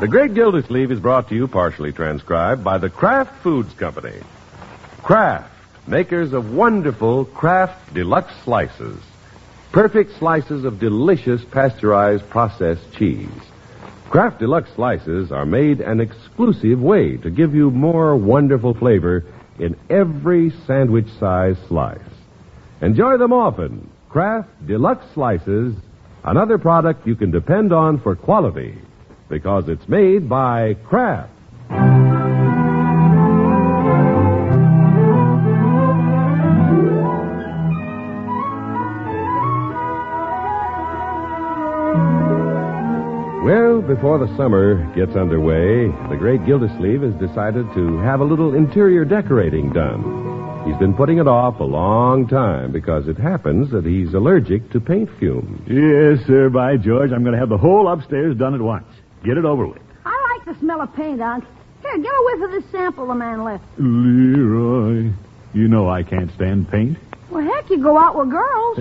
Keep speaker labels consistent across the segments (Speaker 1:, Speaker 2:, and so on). Speaker 1: The Great Gildersleeve is brought to you, partially transcribed, by the Kraft Foods Company. Kraft, makers of wonderful Kraft Deluxe Slices. Perfect slices of delicious pasteurized processed cheese. Kraft Deluxe Slices are made an exclusive way to give you more wonderful flavor in every sandwich size slice. Enjoy them often. Kraft Deluxe Slices, another product you can depend on for quality because it's made by Kraft. Well, before the summer gets underway, the great Gildersleeve has decided to have a little interior decorating done. He's been putting it off a long time because it happens that he's allergic to paint fumes.
Speaker 2: Yes, sir. By George, I'm going to have the whole upstairs done at once. Get it over with.
Speaker 3: I like the smell of paint, Unc. Here, get a whiff of this sample the man left.
Speaker 2: Leroy, you know I can't stand paint.
Speaker 3: Well, heck, you go out with girls.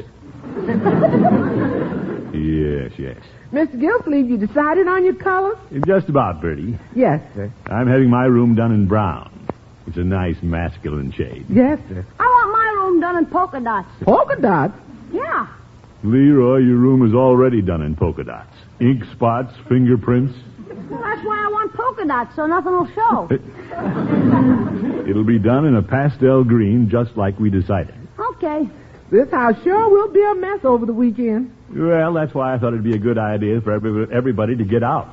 Speaker 2: Yes, yes.
Speaker 4: Mr. Gildersleeve, you decided on your color?
Speaker 2: Just about, Bertie.
Speaker 4: Yes, sir.
Speaker 2: I'm having my room done in brown. It's a nice masculine shade.
Speaker 4: Yes, sir.
Speaker 3: I want my room done in polka dots.
Speaker 4: Polka dots?
Speaker 3: Yeah.
Speaker 2: Leroy, your room is already done in polka dots. Ink spots, fingerprints.
Speaker 3: That's why I want polka dots, so nothing will show.
Speaker 2: It'll be done in a pastel green, just like we decided.
Speaker 3: Okay.
Speaker 4: This house sure will be a mess over the weekend.
Speaker 2: Well, that's why I thought it'd be a good idea for every, everybody to get out.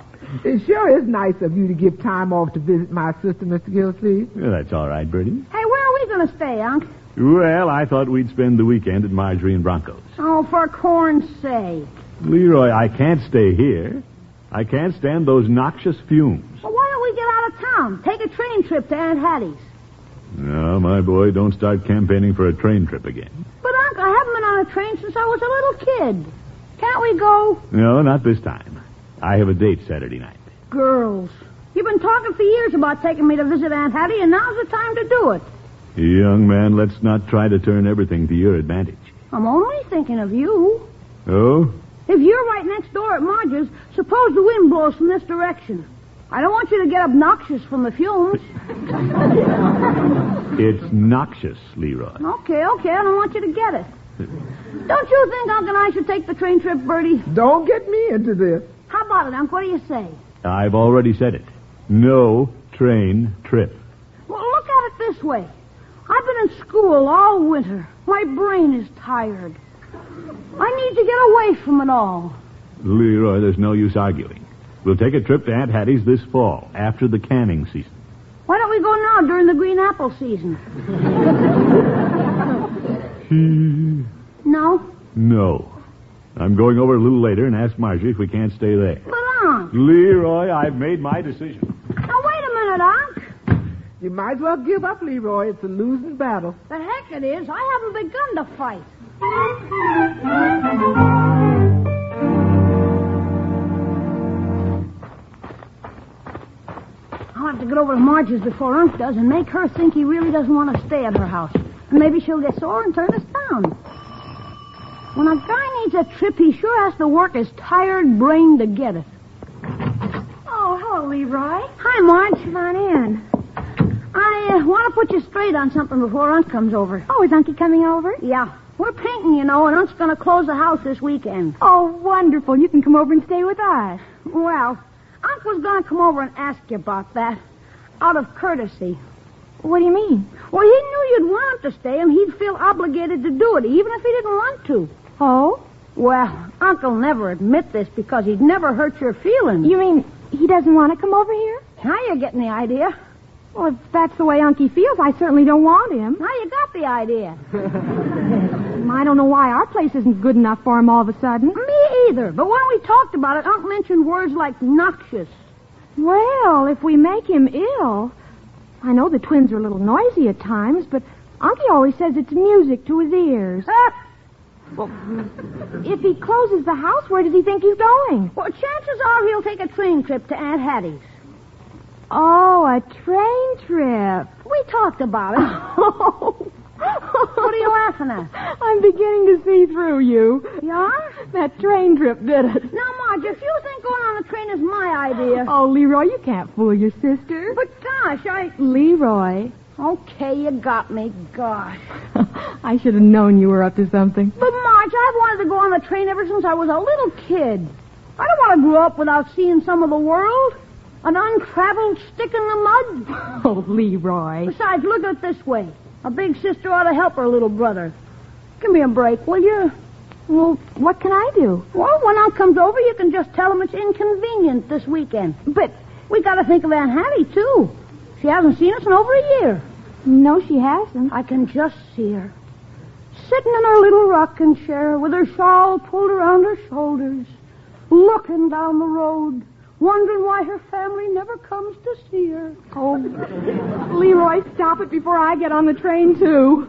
Speaker 4: It sure is nice of you to give time off to visit my sister, Mr. Gildersleeve.
Speaker 2: Well, that's all right, Bertie.
Speaker 3: Hey, where are we going to stay, Unc?
Speaker 2: Well, I thought we'd spend the weekend at Marjorie and Bronco's.
Speaker 3: Oh, for corn's sake.
Speaker 2: Leroy, I can't stay here. I can't stand those noxious fumes.
Speaker 3: Well, why don't we get out of town? Take a train trip to Aunt Hattie's.
Speaker 2: No, my boy, don't start campaigning for a train trip again.
Speaker 3: But, Unc, I haven't been on a train since I was a little kid. Can't we go?
Speaker 2: No, not this time. I have a date Saturday night.
Speaker 3: Girls. You've been talking for years about taking me to visit Aunt Hattie, and now's the time to do it.
Speaker 2: Young man, let's not try to turn everything to your advantage.
Speaker 3: I'm only thinking of you.
Speaker 2: Oh?
Speaker 3: If you're right next door at Marge's, suppose the wind blows from this direction. I don't want you to get obnoxious from the fumes.
Speaker 2: It's noxious, Leroy.
Speaker 3: Okay, okay, I don't want you to get it. Don't you think Unc and I should take the train trip, Bertie?
Speaker 4: Don't get me into this.
Speaker 3: How about it, Unc? What do you say?
Speaker 2: I've already said it. No train trip.
Speaker 3: Well, look at it this way. I've been in school all winter. My brain is tired. I need to get away from it all.
Speaker 2: Leroy, there's no use arguing. We'll take a trip to Aunt Hattie's this fall, after the canning season.
Speaker 3: Why don't we go now during the green apple season? No?
Speaker 2: No. I'm going over a little later and ask Marjorie if we can't stay there.
Speaker 3: But, Unc.
Speaker 2: Leroy, I've made my decision.
Speaker 3: Now, wait a minute, Unc.
Speaker 4: You might as well give up, Leroy. It's a losing battle.
Speaker 3: The heck it is. I haven't begun to fight. I'll have to get over to Marge's before Unc does and make her think he really doesn't want to stay at her house. And maybe she'll get sore and turn us down. When a guy needs a trip, he sure has to work his tired brain to get it. Oh, hello, Leroy. Hi, Marge. Come on in. I uh, want to put you straight on something before Unc comes over.
Speaker 5: Oh, is Unky coming over?
Speaker 3: Yeah. We're painting, you know, and Unc's going to close the house this weekend.
Speaker 5: Oh, wonderful. You can come over and stay with us.
Speaker 3: Well, Unc was going to come over and ask you about that out of courtesy.
Speaker 5: What do you mean?
Speaker 3: Well, he knew you'd want him to stay, and he'd feel obligated to do it, even if he didn't want to.
Speaker 5: Oh?
Speaker 3: Well, Unc'll never admit this because he'd never hurt your feelings.
Speaker 5: You mean he doesn't want to come over here?
Speaker 3: Now you're getting the idea.
Speaker 5: Well, if that's the way Unky feels, I certainly don't want him.
Speaker 3: Now you got the idea.
Speaker 5: I don't know why our place isn't good enough for him all of a sudden.
Speaker 3: Me either. But when we talked about it, Unc mentioned words like noxious.
Speaker 5: Well, if we make him ill. I know the twins are a little noisy at times, but Unky always says it's music to his ears.
Speaker 3: Ah,
Speaker 5: If he closes the house, where does he think he's going?
Speaker 3: well, chances are he'll take a train trip to Aunt Hattie's.
Speaker 5: Oh, a train trip.
Speaker 3: We talked about it.
Speaker 5: what
Speaker 3: what are you laughing at?
Speaker 5: I'm beginning to see through you.
Speaker 3: You are?
Speaker 5: That train trip did it.
Speaker 3: Now, Marge, if you think going on a train is my idea.
Speaker 5: Oh, Leroy, you can't fool your sister.
Speaker 3: But gosh, I.
Speaker 5: Leroy,
Speaker 3: Okay, you got me. Gosh.
Speaker 5: I should have known you were up to something.
Speaker 3: But Marge, I've wanted to go on the train ever since I was a little kid. I don't want to grow up without seeing some of the world. An untraveled stick in the mud.
Speaker 5: Oh, Leroy.
Speaker 3: Besides, look at it this way. A big sister ought to help her little brother. Give me a break, will you?
Speaker 5: Well, what can I do?
Speaker 3: Well, when I comes over, you can just tell him it's inconvenient this weekend.
Speaker 5: But
Speaker 3: We gotta think of Aunt Hattie, too. She hasn't seen us in over a year.
Speaker 5: no, she hasn't.
Speaker 3: I can just see her. Sitting in her little rocking chair with her shawl pulled around her shoulders, looking down the road, wondering why her family never comes to see her.
Speaker 5: Oh, Leroy, stop it before I get on the train too.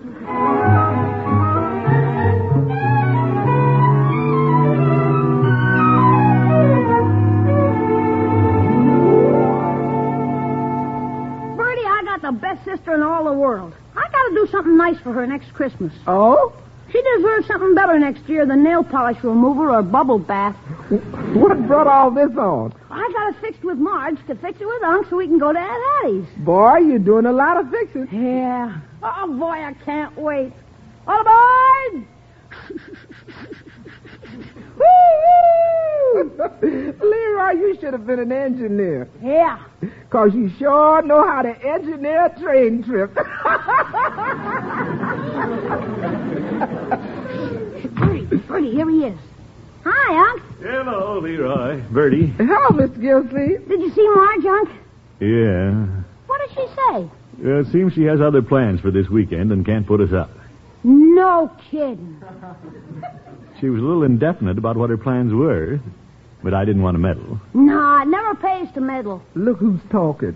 Speaker 3: Bertie, I got the best sister in all the world. I gotta do something nice for her next Christmas.
Speaker 4: Oh?
Speaker 3: She deserves something better next year than nail polish remover or bubble bath.
Speaker 4: What brought all this on?
Speaker 3: I got it fixed with Marge to fix it with Unc so we can go to Aunt Hattie's.
Speaker 4: Boy, you're doing a lot of fixing.
Speaker 3: Yeah. Oh, boy, I can't wait. All aboard!
Speaker 4: Leroy, you should have been an engineer.
Speaker 3: Yeah.
Speaker 4: Cause you sure know how to engineer a train trip.
Speaker 3: Bertie, Bertie, here he is. Hi, Unc.
Speaker 2: Hello, Leroy. Bertie.
Speaker 4: Hello, Mr. Gilsleeve.
Speaker 3: Did you see Marge, Unc?
Speaker 2: Yeah.
Speaker 3: What did she say?
Speaker 2: Uh, it seems she has other plans for this weekend and can't put us up.
Speaker 3: No kidding.
Speaker 2: She was a little indefinite about what her plans were, but I didn't want to meddle.
Speaker 3: Nah, it never pays to meddle.
Speaker 4: Look who's talking.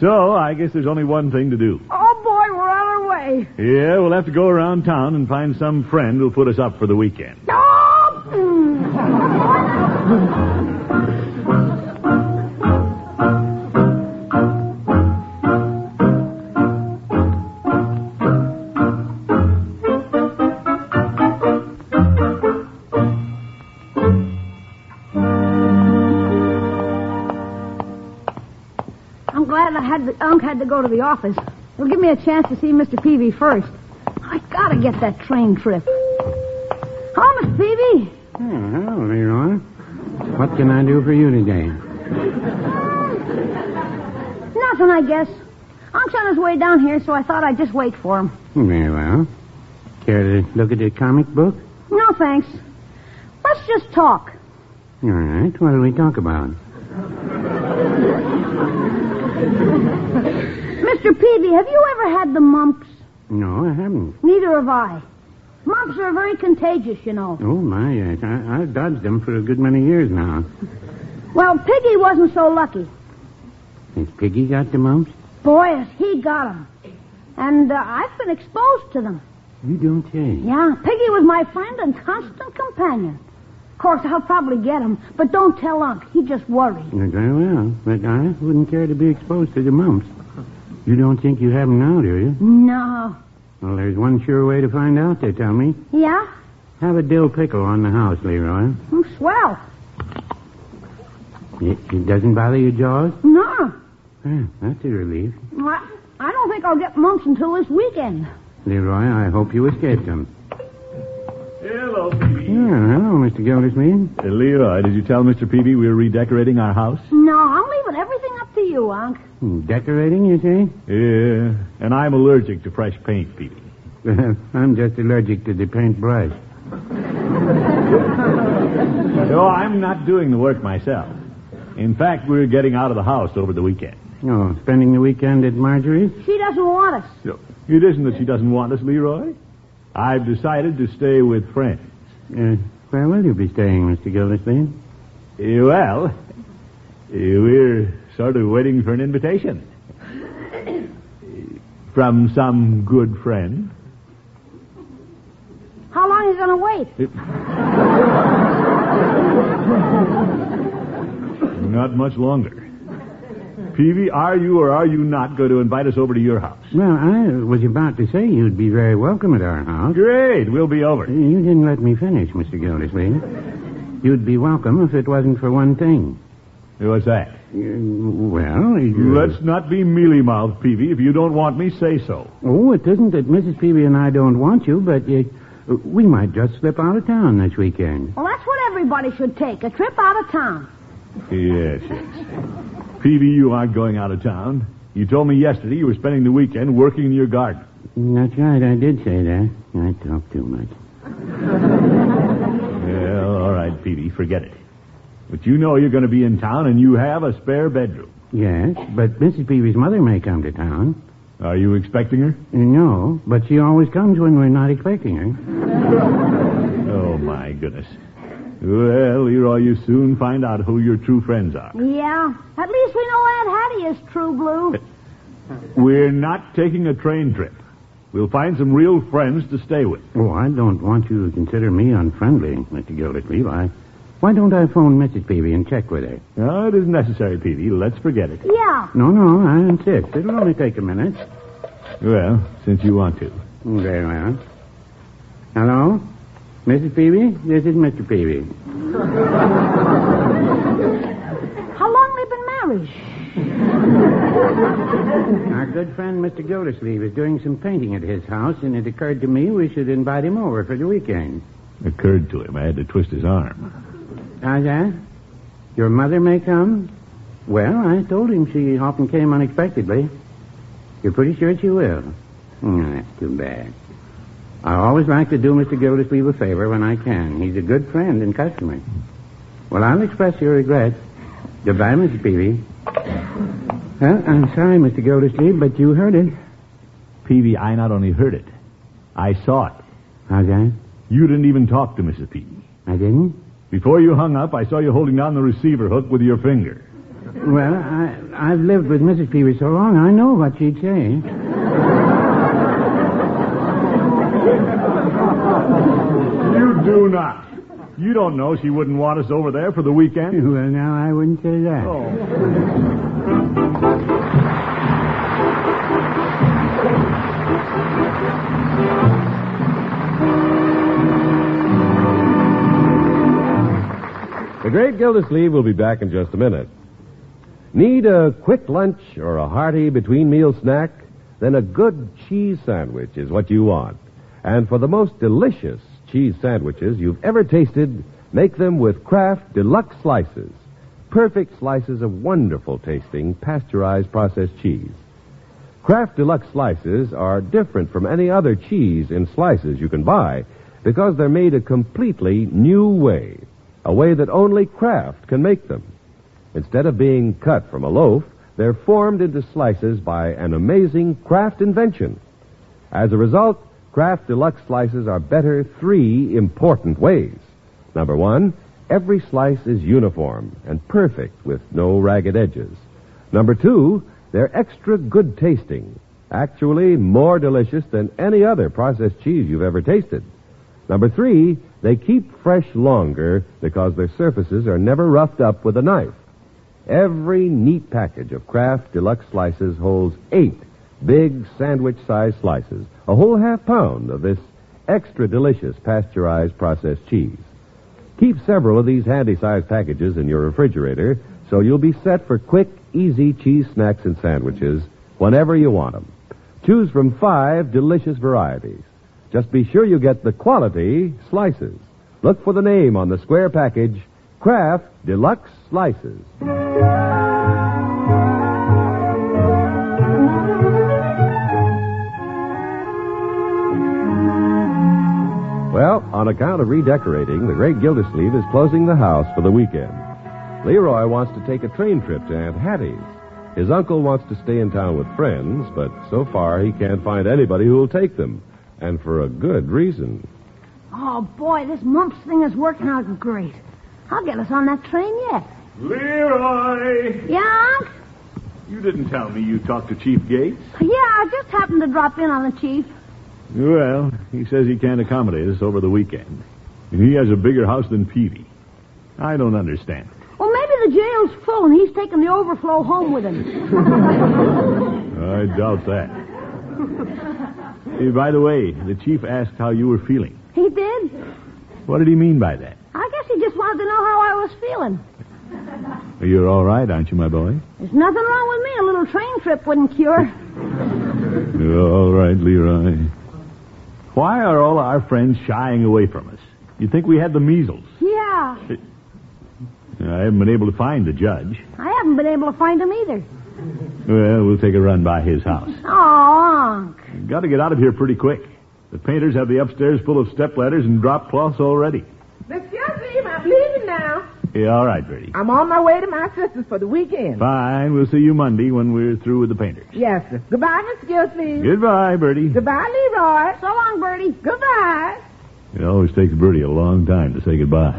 Speaker 2: So I guess there's only one thing to do.
Speaker 3: Oh, boy, we're on our way.
Speaker 2: Yeah, we'll have to go around town and find some friend who'll put us up for the weekend.
Speaker 3: Oh! mm. I'm glad I had the, Unc had to go to the office. It'll give me a chance to see Mr. Peavy first. I gotta get that train trip. Hello, Miss Peavy.
Speaker 6: Hello, Leroy. What can I do for you today?
Speaker 3: Nothing, I guess. Unc's on his way down here, so I thought I'd just wait for him.
Speaker 6: Very well. Care to look at a comic book?
Speaker 3: No, thanks. Let's just talk.
Speaker 6: All right. What do we talk about?
Speaker 3: Mr. Peavy, have you ever had the mumps?
Speaker 6: No, I haven't.
Speaker 3: Neither have I. Mumps are very contagious, you know.
Speaker 6: Oh, my, yes. I, I've dodged them for a good many years now.
Speaker 3: Well, Piggy wasn't so lucky.
Speaker 6: Has Piggy got the mumps?
Speaker 3: Boy, has he got 'em. And uh, I've been exposed to them.
Speaker 6: You don't say.
Speaker 3: Yeah, Piggy was my friend and constant companion. Of course, I'll probably get 'em, but don't tell Unc. He just worries.
Speaker 6: Very well. But I wouldn't care to be exposed to the mumps. You don't think you have 'em now, do you?
Speaker 3: No.
Speaker 6: Well, there's one sure way to find out, they tell me.
Speaker 3: Yeah?
Speaker 6: Have a dill pickle on the house, Leroy.
Speaker 3: I'm swell.
Speaker 6: It, it doesn't bother your jaws?
Speaker 3: No.
Speaker 6: Ah, that's a relief.
Speaker 3: Well, I, I don't think I'll get mumps until this weekend.
Speaker 6: Leroy, I hope you escaped them.
Speaker 2: Hello,
Speaker 6: Yeah, hello, Mr. Gildersleeve.
Speaker 2: Leroy, Uh, did you tell Mr. Peavy we were redecorating our house?
Speaker 3: No, I'm leaving everything up to you, Unc.
Speaker 6: Decorating, you say?
Speaker 2: Yeah. And I'm allergic to fresh paint, Peavy.
Speaker 6: I'm just allergic to the paintbrush.
Speaker 2: No, I'm not doing the work myself. In fact, we're getting out of the house over the weekend.
Speaker 6: Oh, spending the weekend at Marjorie's?
Speaker 3: She doesn't want us.
Speaker 2: It isn't that she doesn't want us, Leroy. I've decided to stay with friends.
Speaker 6: Uh, where will you be staying, Mr. Gildersleeve?
Speaker 2: Eh, Well, We're sort of waiting for an invitation. From some good friend.
Speaker 3: How long are you going to wait?
Speaker 2: Not much longer. Peavy, are you or are you not going to invite us over to your house?
Speaker 6: Well, I was about to say you'd be very welcome at our house.
Speaker 2: Great, we'll be over.
Speaker 6: You didn't let me finish, Mr. Gildersleeve. You'd be welcome if it wasn't for one thing.
Speaker 2: What's that?
Speaker 6: You- Well, you-
Speaker 2: Let's not be mealy mouthed, Peavy. If you don't want me, say so.
Speaker 6: Oh, it isn't that Mrs. Peavy and I don't want you, but uh, we might just slip out of town this weekend.
Speaker 3: Well, that's what everybody should take a trip out of town.
Speaker 2: Yes, yes. Peavy, you aren't going out of town. You told me yesterday you were spending the weekend working in your garden.
Speaker 6: That's right, I did say that. I talk too much.
Speaker 2: Well, all right, Peavy, forget it. But you know you're going to be in town and you have a spare bedroom.
Speaker 6: Yes, but Mrs. Peavy's mother may come to town.
Speaker 2: Are you expecting her?
Speaker 6: No, but she always comes when we're not expecting her.
Speaker 2: Oh, my goodness. Well, Leroy, you soon find out who your true friends are.
Speaker 3: Yeah. At least we know Aunt Hattie is true blue.
Speaker 2: We're not taking a train trip. We'll find some real friends to stay with.
Speaker 6: Oh, I don't want you to consider me unfriendly, Mr. Gildersleeve. I... Why don't I phone Mrs. Peavy and check with her?
Speaker 2: No, Oh, it isn't necessary, Peavy. Let's forget it.
Speaker 3: Yeah.
Speaker 6: No, no, I insist. It'll only take a minute.
Speaker 2: Well, since you want to.
Speaker 6: Very well. Hello? Mrs. Peavy? This is Mr. Peavy.
Speaker 3: How long they been married?
Speaker 6: Our good friend Mr. Gildersleeve is doing some painting at his house, and it occurred to me we should invite him over for the weekend.
Speaker 2: Occurred to him. I had to twist his arm.
Speaker 6: How's that? Ah, Your mother may come? Well, I told him she often came unexpectedly. You're pretty sure she will? Hmm, that's too bad. I always like to do Mr. Gildersleeve a favor when I can. He's a good friend and customer. Well, I'll express your regrets. Goodbye, Mrs. Peavy. Well, I'm sorry, Mr. Gildersleeve, but you heard it.
Speaker 2: Peavy, I not only heard it, I saw it.
Speaker 6: How's that?
Speaker 2: You didn't even talk to Mrs. Peavy.
Speaker 6: Ah, I didn't?
Speaker 2: Before you hung up, I saw you holding down the receiver hook with your finger.
Speaker 6: Well, I, I've lived with Mrs. Peavy so long, I know what she'd say.
Speaker 2: You do not. You don't know she wouldn't want us over there for the weekend.
Speaker 6: Well, now, I wouldn't say that.
Speaker 1: The great Gildersleeve will be back in just a minute. Need a quick lunch or a hearty between meal snack? Then a good cheese sandwich is what you want. And for the most delicious cheese sandwiches you've ever tasted, make them with Kraft Deluxe Slices. Perfect slices of wonderful tasting pasteurized processed cheese. Kraft Deluxe slices are different from any other cheese in slices you can buy because they're made a completely new way, a way that only Kraft can make them. Instead of being cut from a loaf, they're formed into slices by an amazing Kraft invention. As a result, Kraft Deluxe slices are better three important ways. Number one, every slice is uniform and perfect with no ragged edges. Number two, they're extra good tasting, actually more delicious than any other processed cheese you've ever tasted. Number three, they keep fresh longer because their surfaces are never roughed up with a knife. Every neat package of Kraft Deluxe slices holds eight big sandwich sized slices, a whole half pound of this extra delicious pasteurized processed cheese. Keep several of these handy sized packages in your refrigerator so you'll be set for quick, easy cheese snacks and sandwiches whenever you want them. Choose from five delicious varieties. Just be sure you get the quality slices. Look for the name on the square package Kraft Deluxe Slices. Well, on account of redecorating, the great Gildersleeve is closing the house for the weekend. Leroy wants to take a train trip to Aunt Hattie's. His uncle wants to stay in town with friends, but so far he can't find anybody who will take them, and for a good reason.
Speaker 3: Oh, boy, this mumps thing is working out great. I'll get us on that train yet.
Speaker 1: Leroy!
Speaker 3: Yeah, Unc?
Speaker 1: You didn't tell me you talked to Chief Gates.
Speaker 3: Yeah, I just happened to drop in on the chief.
Speaker 1: Well, he says he can't accommodate us over the weekend. And he has a bigger house than Peavy. I don't understand.
Speaker 3: Well, maybe the jail's full and he's taking the overflow home with him.
Speaker 1: I doubt that. Eh, by the way, the chief asked how you were feeling.
Speaker 3: He did?
Speaker 1: What did he mean by that?
Speaker 3: I guess he just wanted to know how I was feeling.
Speaker 1: You're all right, aren't you, my boy?
Speaker 3: There's nothing wrong with me. A little train trip wouldn't cure.
Speaker 1: You're all right, Leroy. Why are all our friends shying away from us? You'd think we had the measles.
Speaker 3: Yeah,
Speaker 1: I haven't been able to find the judge.
Speaker 3: I haven't been able to find him either.
Speaker 1: Well, we'll take a run by his house.
Speaker 3: Oh, Unc.
Speaker 1: Got to get out of here pretty quick. The painters have the upstairs full of step ladders and drop cloths already.
Speaker 4: Excuse me, I'm leaving now.
Speaker 1: Yeah, all right, Bertie.
Speaker 4: I'm on my way to my sister's for the weekend.
Speaker 1: Fine. We'll see you Monday when we're through with the painters.
Speaker 4: Yes, sir. Goodbye, Miss Gillespie.
Speaker 1: Goodbye, Bertie.
Speaker 4: Goodbye, Leroy.
Speaker 3: So long, Bertie.
Speaker 4: Goodbye.
Speaker 1: It always takes Bertie a long time to say goodbye.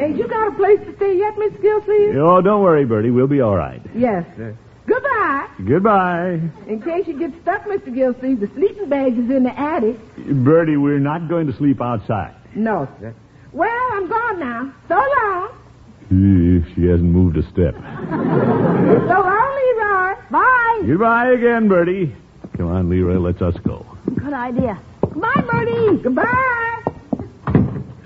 Speaker 4: Ain't you got a place to stay yet, Miss Gillespie?
Speaker 1: Oh, don't worry, Bertie. We'll be all right.
Speaker 4: Yes, sir. Goodbye.
Speaker 1: Goodbye.
Speaker 4: In case you get stuck, Mr. Gillespie, the sleeping bag is in the attic.
Speaker 1: Bertie, we're not going to sleep outside.
Speaker 4: No, sir. Well, I'm gone now. So long.
Speaker 1: If she hasn't moved a step.
Speaker 4: So long, Leroy. Bye.
Speaker 1: Goodbye again, Bertie. Come on, Leroy, let's us go.
Speaker 3: Good idea. Goodbye, Bertie.
Speaker 4: Goodbye.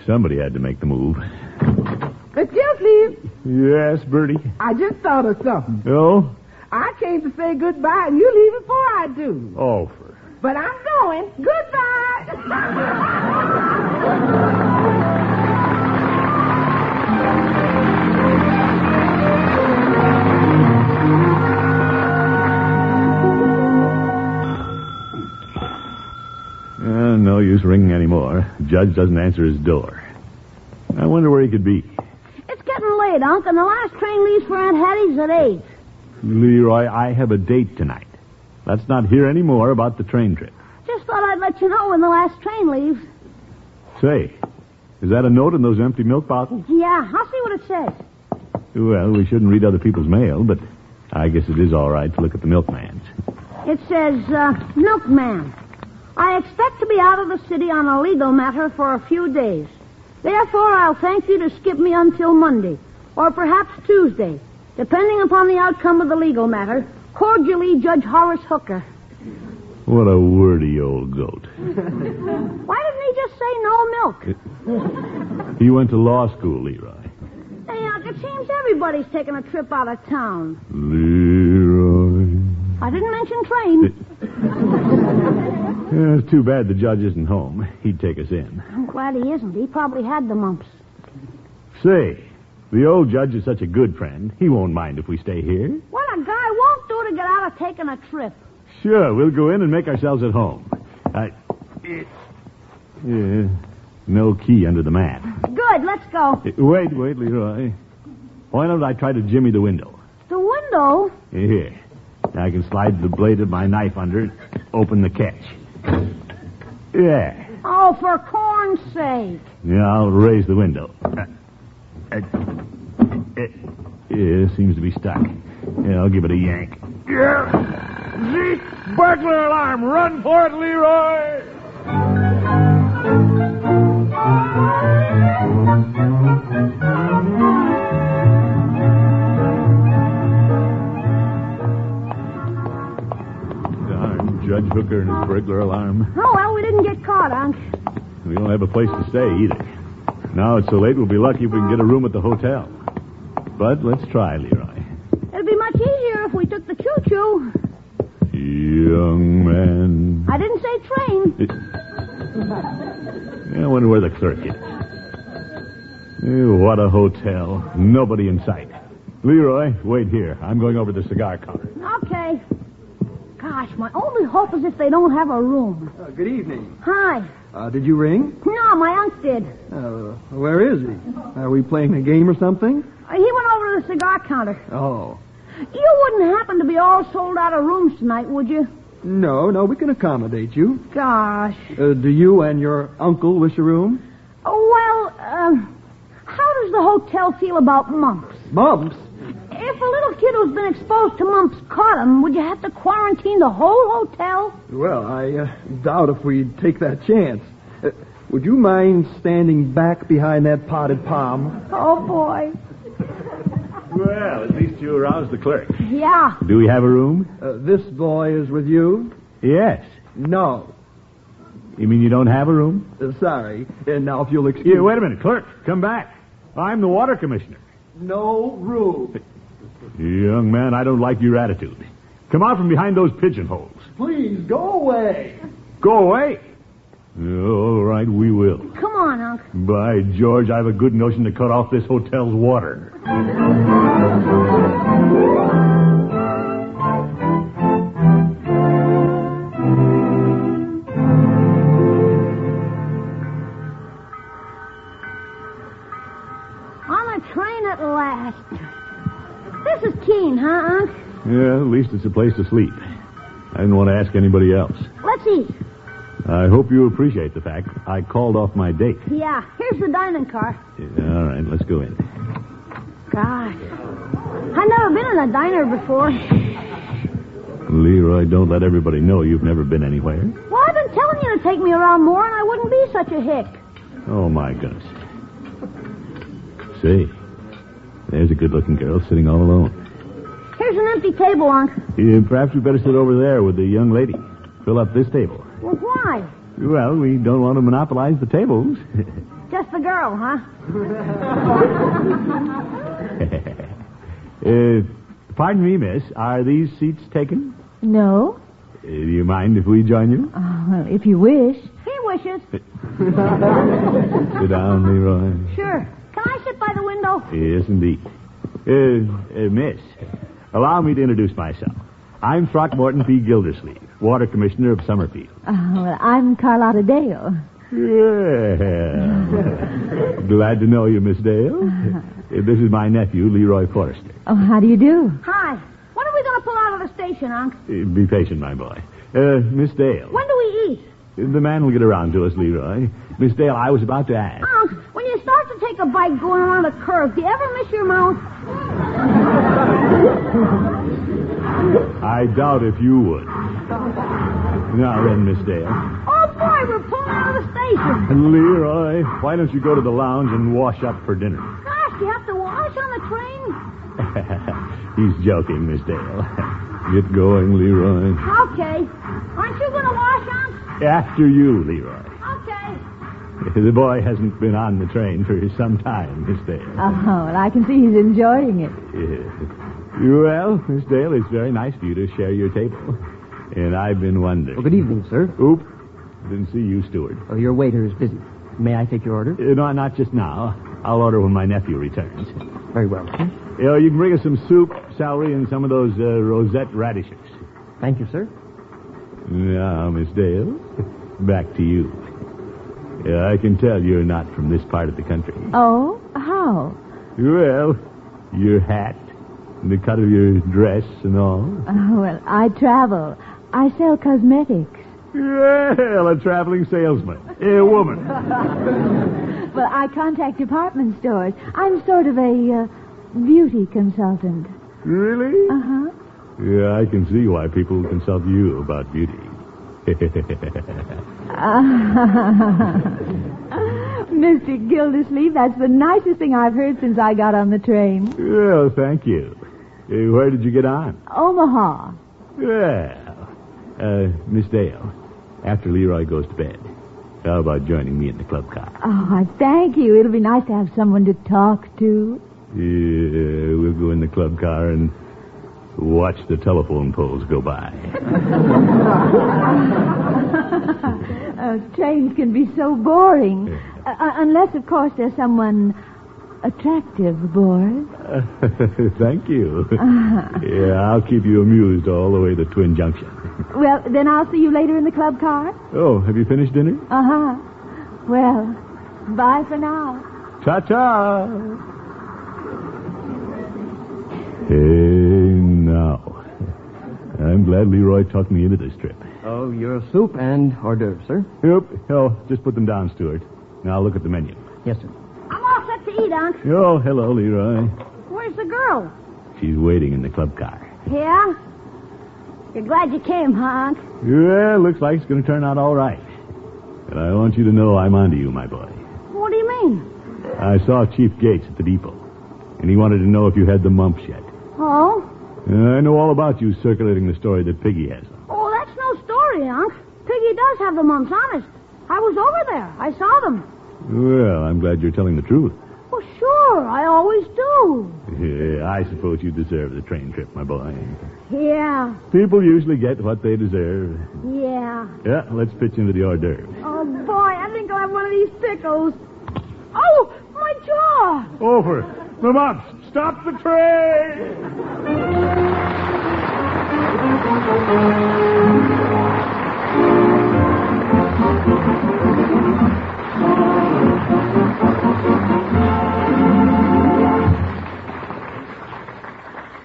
Speaker 1: Somebody had to make the move.
Speaker 4: Miss Gillespie,
Speaker 1: Yes, Bertie.
Speaker 4: I just thought of something.
Speaker 1: Oh?
Speaker 4: I came to say goodbye, and you leave before I do.
Speaker 1: Oh, for
Speaker 4: But I'm going. Goodbye.
Speaker 1: Uh, no use ringing anymore. Judge doesn't answer his door. I wonder where he could be.
Speaker 3: It's getting late, Unc, and the last train leaves for Aunt Hattie's at 8.
Speaker 1: Leroy, I have a date tonight. Let's not hear any more about the train trip.
Speaker 3: Just thought I'd let you know when the last train leaves.
Speaker 1: Say, is that a note in those empty milk bottles?
Speaker 3: Yeah, I'll see what it says.
Speaker 1: Well, we shouldn't read other people's mail, but I guess it is all right to look at the milkman's.
Speaker 3: It says, uh, Milkman. I expect to be out of the city on a legal matter for a few days. Therefore, I'll thank you to skip me until Monday, or perhaps Tuesday, depending upon the outcome of the legal matter. Cordially, Judge Horace Hooker.
Speaker 1: What a wordy old goat.
Speaker 3: Why didn't he just say no milk?
Speaker 1: He went to law school, Leroy.
Speaker 3: Hey, Unc, it seems everybody's taking a trip out of town.
Speaker 1: Leroy.
Speaker 3: I didn't mention train.
Speaker 1: Uh, it's too bad the judge isn't home. He'd take us in.
Speaker 3: I'm glad he isn't. He probably had the mumps.
Speaker 1: Say, the old judge is such a good friend. He won't mind if we stay here.
Speaker 3: What a guy won't do to get out of taking a trip.
Speaker 1: Sure, we'll go in and make ourselves at home. I. Yeah, no key under the mat.
Speaker 3: Good, let's go.
Speaker 1: Eh, Wait, wait, Leroy. Why don't I try to jimmy the window? Eh,
Speaker 3: The window?
Speaker 1: Here. I can slide the blade of my knife under it, open the catch. Yeah.
Speaker 3: Oh, for corn's sake.
Speaker 1: Now I'll raise the window. Eh, eh, Yeah, seems to be stuck. Yeah, I'll give it a yank.
Speaker 2: Burglar alarm! Run for it, Leroy!
Speaker 1: Darn, Judge Hooker and his burglar alarm.
Speaker 3: Oh, well, we didn't get caught, Unc.
Speaker 1: We don't have a place to stay either. Now it's so late, we'll be lucky if we can get a room at the hotel. But let's try, Leroy.
Speaker 3: It'd be much easier if we took the choo-choo.
Speaker 1: Young man.
Speaker 3: I didn't say train.
Speaker 1: I wonder where the clerk is. Eh, What a hotel. Nobody in sight. Leroy, wait here. I'm going over to the cigar counter.
Speaker 3: Okay. Gosh, my only hope is if they don't have a room.
Speaker 7: Uh, good evening.
Speaker 3: Hi.
Speaker 7: Uh, did you ring?
Speaker 3: No, my unc did.
Speaker 7: Uh, where is he? Are we playing a game or something?
Speaker 3: Uh, He went over to the cigar counter.
Speaker 7: Oh.
Speaker 3: You wouldn't happen to be all sold out of rooms tonight, would you?
Speaker 7: No, no, we can accommodate you.
Speaker 3: Gosh.
Speaker 7: Uh, do you and your uncle wish a room?
Speaker 3: uh, Oh, well, um, how does the hotel feel about mumps?
Speaker 7: Mumps?
Speaker 3: If a little kid who's been exposed to mumps caught him, would you have to quarantine the whole hotel?
Speaker 4: Well, I uh, doubt if we'd take that chance. Uh, would you mind standing back behind that potted palm?
Speaker 3: Oh, boy.
Speaker 1: Well, at least you aroused the clerk.
Speaker 3: Yeah.
Speaker 1: Do we have a room?
Speaker 4: Uh, this boy is with you?
Speaker 1: Yes.
Speaker 4: No.
Speaker 1: You mean you don't have a room?
Speaker 4: Uh, sorry. And now, if you'll excuse
Speaker 1: Yeah, wait a minute. Clerk, come back. I'm the water commissioner.
Speaker 4: No room.
Speaker 1: Young man, I don't like your attitude. Come out from behind those pigeonholes.
Speaker 4: Please go away.
Speaker 1: Go away. All right, we will.
Speaker 3: Come on, Unc.
Speaker 1: By George, I have a good notion to cut off this hotel's water.
Speaker 3: On a train at last. This is keen, huh, Unc?
Speaker 1: Yeah, at least it's a place to sleep. I didn't want to ask anybody else.
Speaker 3: Let's eat.
Speaker 1: I hope you appreciate the fact I called off my date.
Speaker 3: Yeah, here's the dining car.
Speaker 1: All right, let's go in.
Speaker 3: Gosh. I've never been in a diner before.
Speaker 1: Leroy, don't let everybody know you've never been anywhere.
Speaker 3: Well, I've been telling you to take me around more, and I wouldn't be such a hick.
Speaker 1: Oh, my goodness. See, there's a good looking girl sitting all alone.
Speaker 3: Here's an empty table, Unc.
Speaker 1: Yeah, perhaps we better sit over there with the young lady. Fill up this table.
Speaker 3: Well, why?
Speaker 1: Well, we don't want to monopolize the tables.
Speaker 3: Just the girl, huh?
Speaker 1: uh, pardon me, miss. Are these seats taken?
Speaker 8: No?
Speaker 1: Uh, do you mind if we join you?
Speaker 8: Oh, well, if you wish.
Speaker 3: He wishes.
Speaker 1: Sit down, Leroy.
Speaker 3: Sure. Can I sit by the window?
Speaker 1: Yes, indeed. Uh, uh, miss, allow me to introduce myself. I'm Throckmorton P. Gildersleeve, Water Commissioner of Summerfield.
Speaker 8: Oh, well, I'm Carlotta Dale.
Speaker 1: Yeah. Glad to know you, Miss Dale. Uh, This is my nephew, Leroy Forrester.
Speaker 8: Oh, how do you do?
Speaker 3: Hi. When are we going to pull out of the station, Unc?
Speaker 1: Uh, Be patient, my boy. Uh, Miss Dale.
Speaker 3: When do we eat?
Speaker 1: The man will get around to us, Leroy. Miss Dale, I was about to ask.
Speaker 3: Unc, when you start to take a bite going around a curve, do you ever miss your mouth?
Speaker 1: I doubt if you would. Now then, Miss Dale.
Speaker 3: Oh, boy, we're pulling out of the station.
Speaker 1: Leroy, why don't you go to the lounge and wash up for dinner?
Speaker 3: Gosh, you have to wash on the train?
Speaker 1: He's joking, Miss Dale. Get going, Leroy.
Speaker 3: Okay. Aren't you going to wash, Unc?
Speaker 1: After you, Leroy.
Speaker 3: Okay.
Speaker 1: The boy hasn't been on the train for some time, Miss Dale.
Speaker 8: Oh, well, I can see he's enjoying it.
Speaker 1: Well, Miss Dale, it's very nice of you to share your table. And I've been wondering.
Speaker 9: Well, good evening, sir.
Speaker 1: Oop. Didn't see you, Stewart.
Speaker 9: Oh, your waiter is busy. May I take your order?
Speaker 1: Uh, no, not just now. I'll order when my nephew returns.
Speaker 9: Very well, sir.
Speaker 1: You, know, you can bring us some soup, celery, and some of those uh, rosette radishes.
Speaker 9: Thank you, sir.
Speaker 1: Now, Miss Dale, back to you. Yeah, I can tell you're not from this part of the country.
Speaker 8: Oh, how?
Speaker 1: Well, your hat, the cut of your dress, and all.
Speaker 8: Oh, well, I travel. I sell cosmetics.
Speaker 1: Well, a traveling salesman, a woman.
Speaker 8: Well, I contact department stores. I'm sort of a uh, beauty consultant.
Speaker 1: Really?
Speaker 8: Uh huh.
Speaker 1: Yeah, I can see why people consult you about beauty.
Speaker 8: Mr. Gildersleeve, that's the nicest thing I've heard since I got on the train.
Speaker 1: Well, thank you. Uh, where did you get on?
Speaker 8: Omaha.
Speaker 1: Well, uh, Miss Dale, after Leroy goes to bed, how about joining me in the club car?
Speaker 8: Oh, I thank you. It'll be nice to have someone to talk to.
Speaker 1: Yeah, we'll go in the club car and watch the telephone poles go by.
Speaker 8: Uh, trains can be so boring. Uh, uh, unless, of course, there's someone attractive aboard.
Speaker 1: thank you. yeah, I'll keep you amused all the way to Twin Junction.
Speaker 8: Well, then I'll see you later in the club car.
Speaker 1: Oh, have you finished dinner?
Speaker 8: Uh huh. Well, bye for now.
Speaker 1: Ta ta! Hey, now. I'm glad Leroy talked me into this trip.
Speaker 9: Oh, your soup and hors d'oeuvres, sir.
Speaker 1: Yep. Oh, just put them down, Stuart. Now look at the menu.
Speaker 9: Yes, sir.
Speaker 3: I'm all set to eat, Unc.
Speaker 1: Oh, hello, Leroy.
Speaker 3: Where's the girl?
Speaker 2: She's waiting in the club car.
Speaker 3: Yeah? You're glad you came, Honk.
Speaker 2: Yeah, looks like it's going to turn out all right. But I want you to know I'm onto you, my boy.
Speaker 3: What do you mean?
Speaker 2: I saw Chief Gates at the depot, and he wanted to know if you had the mumps yet.
Speaker 3: Oh?
Speaker 2: Uh, I know all about you circulating the story that Piggy has.
Speaker 3: Oh, that's no story, Unc. Piggy does have the mumps, honest. I was over there. I saw them.
Speaker 2: Well, I'm glad you're telling the truth.
Speaker 3: Well, sure, I always do.
Speaker 2: Yeah, I suppose you deserve the train trip, my boy.
Speaker 3: Yeah,
Speaker 2: People usually get what they deserve.
Speaker 3: yeah.
Speaker 2: Yeah, let's pitch into the hors d'oeuvres.
Speaker 3: Oh, boy, I think I'll have one of these pickles. Oh, my jaw!
Speaker 2: Over. The mumps. Stop the train!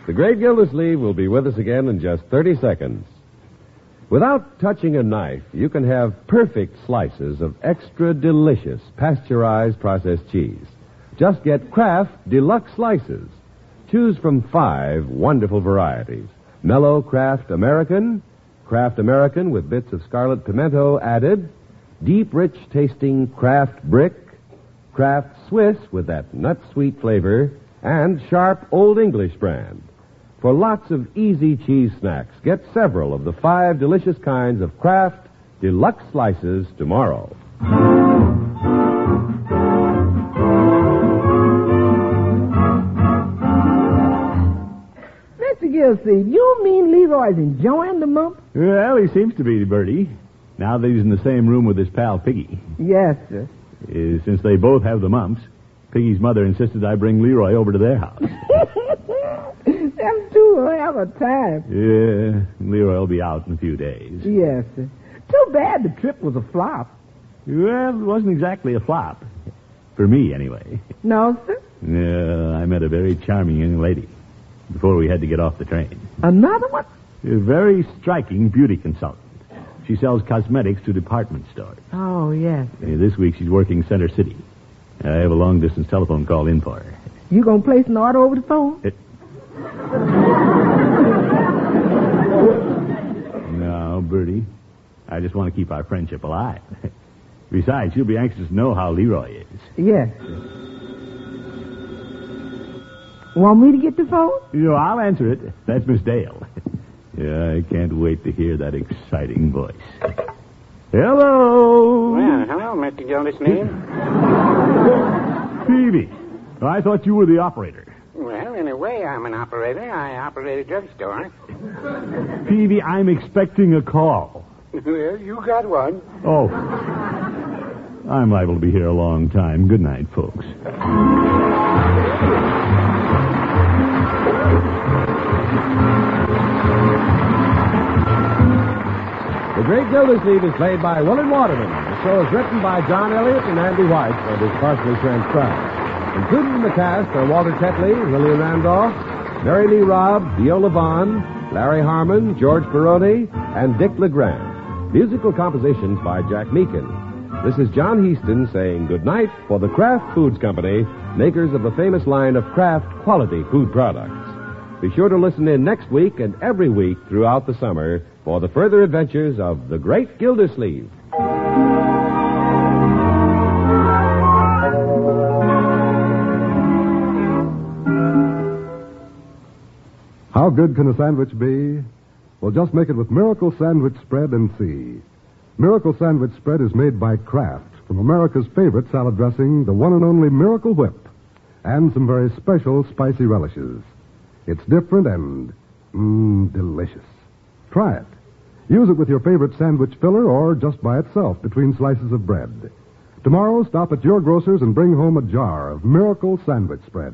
Speaker 1: The great Gildersleeve will be with us again in just 30 seconds. Without touching a knife, you can have perfect slices of extra delicious pasteurized processed cheese. Just get Kraft Deluxe Slices. Choose from five wonderful varieties. Mellow Kraft American, Kraft American with bits of scarlet pimento added, deep rich tasting Kraft Brick, Kraft Swiss with that nut sweet flavor, and sharp Old English brand. For lots of easy cheese snacks, get several of the five delicious kinds of Kraft Deluxe Slices tomorrow.
Speaker 4: Mr. Gilsey, you mean Leroy's enjoying the mump?
Speaker 2: Well, he seems to be, Bertie. Now that he's in the same room with his pal Piggy.
Speaker 4: Yes, sir.
Speaker 2: Uh, since they both have the mumps, Piggy's mother insisted I bring Leroy over to their house.
Speaker 4: Them two will have a time.
Speaker 2: Yeah, Leroy will be out in a few days.
Speaker 4: Yes, sir. Too bad the trip was a flop.
Speaker 2: Well, it wasn't exactly a flop. For me, anyway.
Speaker 4: No, sir.
Speaker 2: Yeah, I met a very charming young lady before we had to get off the train.
Speaker 4: Another one?
Speaker 2: A very striking beauty consultant. She sells cosmetics to department stores.
Speaker 4: Oh, yes.
Speaker 2: Uh, This week she's working Center City. I have a long distance telephone call in for her.
Speaker 4: You gonna place an order over the phone?
Speaker 2: No, Bertie. I just want to keep our friendship alive. Besides, you'll be anxious to know how Leroy is.
Speaker 4: Yes. Want me to get the phone?
Speaker 2: You know, I'll answer it. That's Miss Dale. yeah, I can't wait to hear that exciting voice. Hello,
Speaker 6: Well, hello, Mr. Gildersleeve.
Speaker 2: Phoebe. Oh, I thought you were the operator.
Speaker 6: Well, in a way, I'm an operator. I operate a drugstore.
Speaker 2: Phoebe, I'm expecting a call.
Speaker 6: well, you got one.
Speaker 2: Oh. I'm liable to be here a long time. Good night, folks.
Speaker 1: The Great Gildersleeve is played by Willard Waterman. The show is written by John Elliott and Andy White and is partially transcribed. Included in the cast are Walter Tetley, Lillian Randolph, Mary Lee Robb, Viola Vaughn, Larry Harmon, George Peroni, and Dick LeGrand. Musical compositions by Jack Meakin. This is John Heaston saying goodnight for the Kraft Foods Company, makers of the famous line of Kraft quality food products. Be sure to listen in next week and every week throughout the summer for the further adventures of the Great Gildersleeve.
Speaker 10: How good can a sandwich be? Well, just make it with Miracle Sandwich Spread and see. Miracle Sandwich Spread is made by Kraft from America's favorite salad dressing, the one and only Miracle Whip, and some very special spicy relishes. It's different and, mmm, delicious. Try it. Use it with your favorite sandwich filler or just by itself between slices of bread. Tomorrow, stop at your grocer's and bring home a jar of Miracle Sandwich Spread.